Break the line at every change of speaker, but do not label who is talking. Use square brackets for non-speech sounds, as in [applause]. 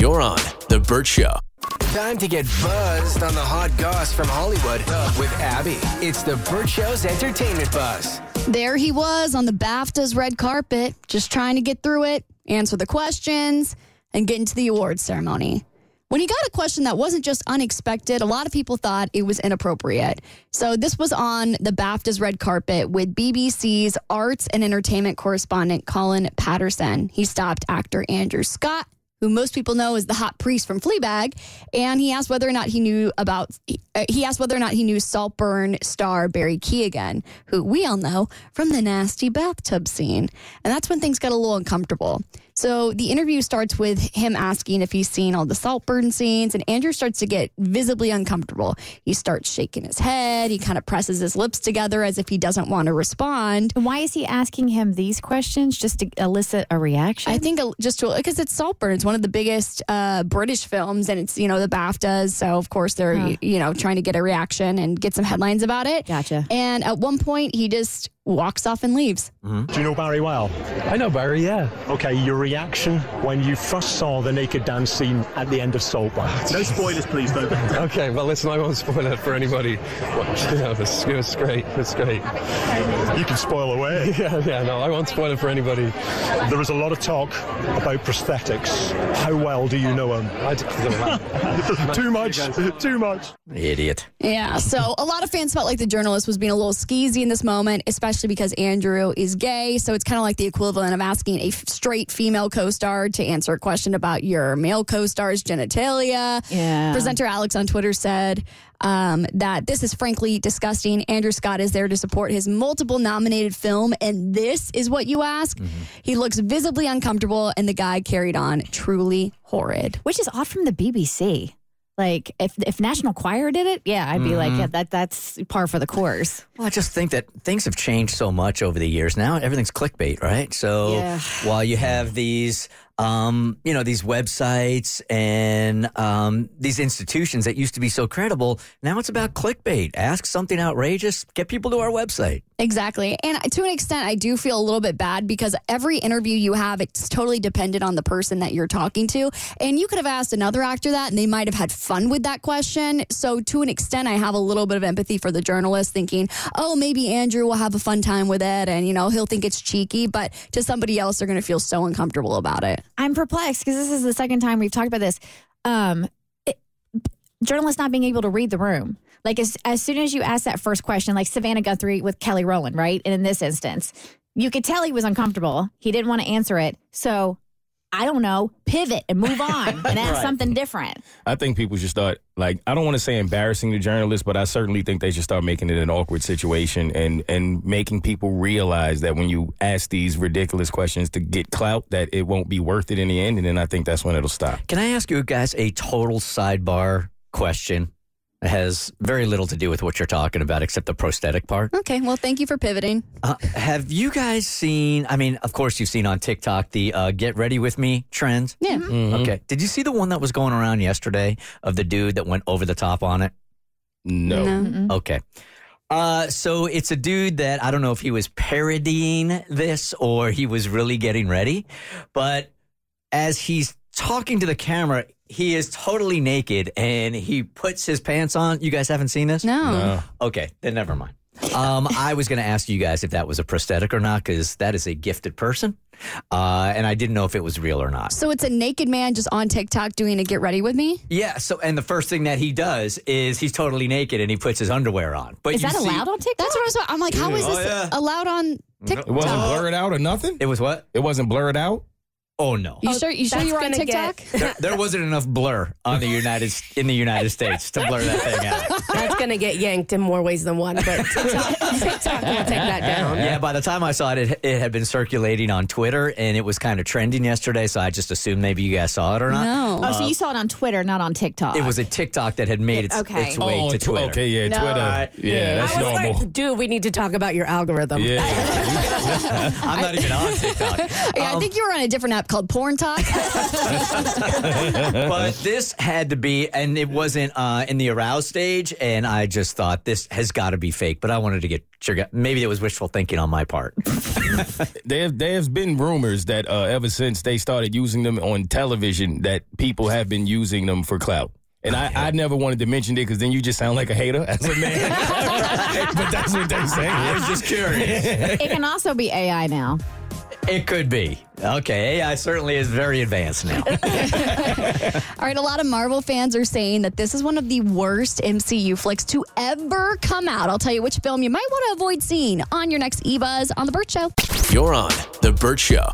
You're on The Burt Show.
Time to get buzzed on the hot goss from Hollywood with Abby. It's the Burt Show's entertainment buzz.
There he was on the BAFTA's red carpet, just trying to get through it, answer the questions, and get into the awards ceremony. When he got a question that wasn't just unexpected, a lot of people thought it was inappropriate. So this was on the BAFTA's red carpet with BBC's arts and entertainment correspondent Colin Patterson. He stopped actor Andrew Scott, who most people know as the hot priest from Fleabag, and he asked whether or not he knew about uh, he asked whether or not he knew Saltburn star Barry Keoghan, who we all know from the nasty bathtub scene. And that's when things got a little uncomfortable. So the interview starts with him asking if he's seen all the Saltburn scenes, and Andrew starts to get visibly uncomfortable. He starts shaking his head. He kind of presses his lips together as if he doesn't want to respond.
Why is he asking him these questions just to elicit a reaction?
I think a- just to because it's Saltburn, it's one of the biggest uh, British films, and it's you know the BAFTAs, so of course they're y- you know trying to get a reaction and get some headlines about it.
Gotcha.
And at one point, he just walks off and leaves.
Do you know Barry well?
I know Barry, yeah.
Okay, your reaction when you first saw the naked dance scene at the end of Saltburn.
[laughs] No spoilers, please, though.
Okay, well, listen, I won't spoil it for anybody. [laughs] Watch, you know, this, it was great, it was great.
You can
[laughs]
spoil away.
Yeah, yeah, no, I won't spoil it for anybody.
There was a lot of talk about prosthetics. How well do you know
[laughs]
him?
I d-
Too much. Too much.
Idiot.
Yeah, so a lot of fans felt like the journalist was being a little skeezy in this moment, especially because Andrew is gay. So it's kind of like the equivalent of asking a f- straight female co star to answer a question about your male co star's genitalia.
Yeah.
Presenter Alex on Twitter said um, that this is frankly disgusting. Andrew Scott is there to support his multiple nominated film, and this is what you ask? He looks visibly uncomfortable, and the guy carried on truly horrid.
Which is odd from the BBC. Like if if National Choir did it, yeah, I'd be like,
Mm-hmm.
yeah, that that's par for the course.
Well, I just think that things have changed so much over the years. Now everything's clickbait, right? So
Yeah.
while you have these, um, you know, these websites and um, these institutions that used to be so credible, now it's about clickbait. Ask something outrageous, get people to our website.
Exactly. And to an extent, I do feel a little bit bad because every interview you have, it's totally dependent on the person that you're talking to. And you could have asked another actor that and they might have had fun with that question. So to an extent, I have a little bit of empathy for the journalist thinking, oh, maybe Andrew will have a fun time with it and, you know, he'll think it's cheeky. But to somebody else, they're going to feel so uncomfortable about it.
I'm perplexed because this is the second time we've talked about this. Um, it, journalists not being able to read the room. Like as as soon as you ask that first question, like Savannah Guthrie with Kelly Rowland, right? And in this instance, you could tell he was uncomfortable. He didn't want to answer it. So I don't know, pivot and move on
[laughs]
and ask something different.
I think people should start like I don't want to say embarrassing the journalists, but I certainly think they should start making it an awkward situation and and making people realize that when you ask these ridiculous questions to get clout, that it won't be worth it in the end, and then I think that's when it'll stop.
Can I ask you guys a total sidebar question? It has very little to do with what you're talking about, except the prosthetic part.
Okay. Well, thank you for pivoting.
Uh, have you guys seen? I mean, of course, you've seen on TikTok the uh, "Get Ready with Me" trend.
Yeah.
Okay. Did you see the one that was going around yesterday of the dude that went over the top on it?
No,
Okay. Uh, so it's a dude that I don't know if he was parodying this or he was really getting ready, but as he's talking to the camera, he is totally naked and he puts his pants on. You guys haven't seen this?
No.
Okay, then never mind. Um, I was going to ask you guys if that was a prosthetic or not, because that is a gifted person, uh, and I didn't know if it was real or not.
So it's a naked man just on TikTok doing a get ready with me.
Yeah. So, and the first thing that he does is he's totally naked and he puts his underwear on. But
Is
you
that
see-
allowed on TikTok?
That's what I was. I'm like, how is
Oh,
this
yeah.
allowed on TikTok?
it wasn't blurred out or nothing.
It was what?
It wasn't blurred out.
[laughs]
Oh no.
You sure you sure
that's
you were on
gonna
TikTok?
get- [laughs]
There, there wasn't enough blur on the United in the United States to blur that
[laughs]
thing out.
That's gonna get yanked in more ways than one. But TikTok, [laughs] TikTok will take that down.
Yeah, by the time I saw it, it, it had been circulating on Twitter and it was kind of trending yesterday. So I just assumed maybe you guys saw it or not.
[laughs] No.
Oh, so you saw it on Twitter, not on TikTok.
Uh, It was a TikTok that had made its,
Okay.
its way
Oh,
to
tw-
Twitter.
[laughs]
Okay, yeah, Twitter. Yeah, that's
I was
normal.
like, dude, we need to talk about your algorithm.
yeah,
[laughs] I'm not even on TikTok. Um,
Yeah, I think you were on a different app called Porn Talk.
but this had to be, and it wasn't uh, in the aroused stage. And I just thought this has got to be fake. But I wanted to get it sugar. Maybe it was wishful thinking on my part.
There, there's been rumors that uh, ever since they started using them on television, that people have been using them for clout. And I, I never wanted to mention it because then you just sound like a hater as a man. [laughs] but that's what they say.
I was just curious.
It
[laughs]
can also be AI now.
it could be. Okay, AI certainly is very advanced now.
All right, a lot of Marvel fans are saying that this is one of the worst MCU flicks to ever come out. I'll tell you which film you might want to avoid seeing on your next E Buzz on The Burt Show.
You're on The Burt Show.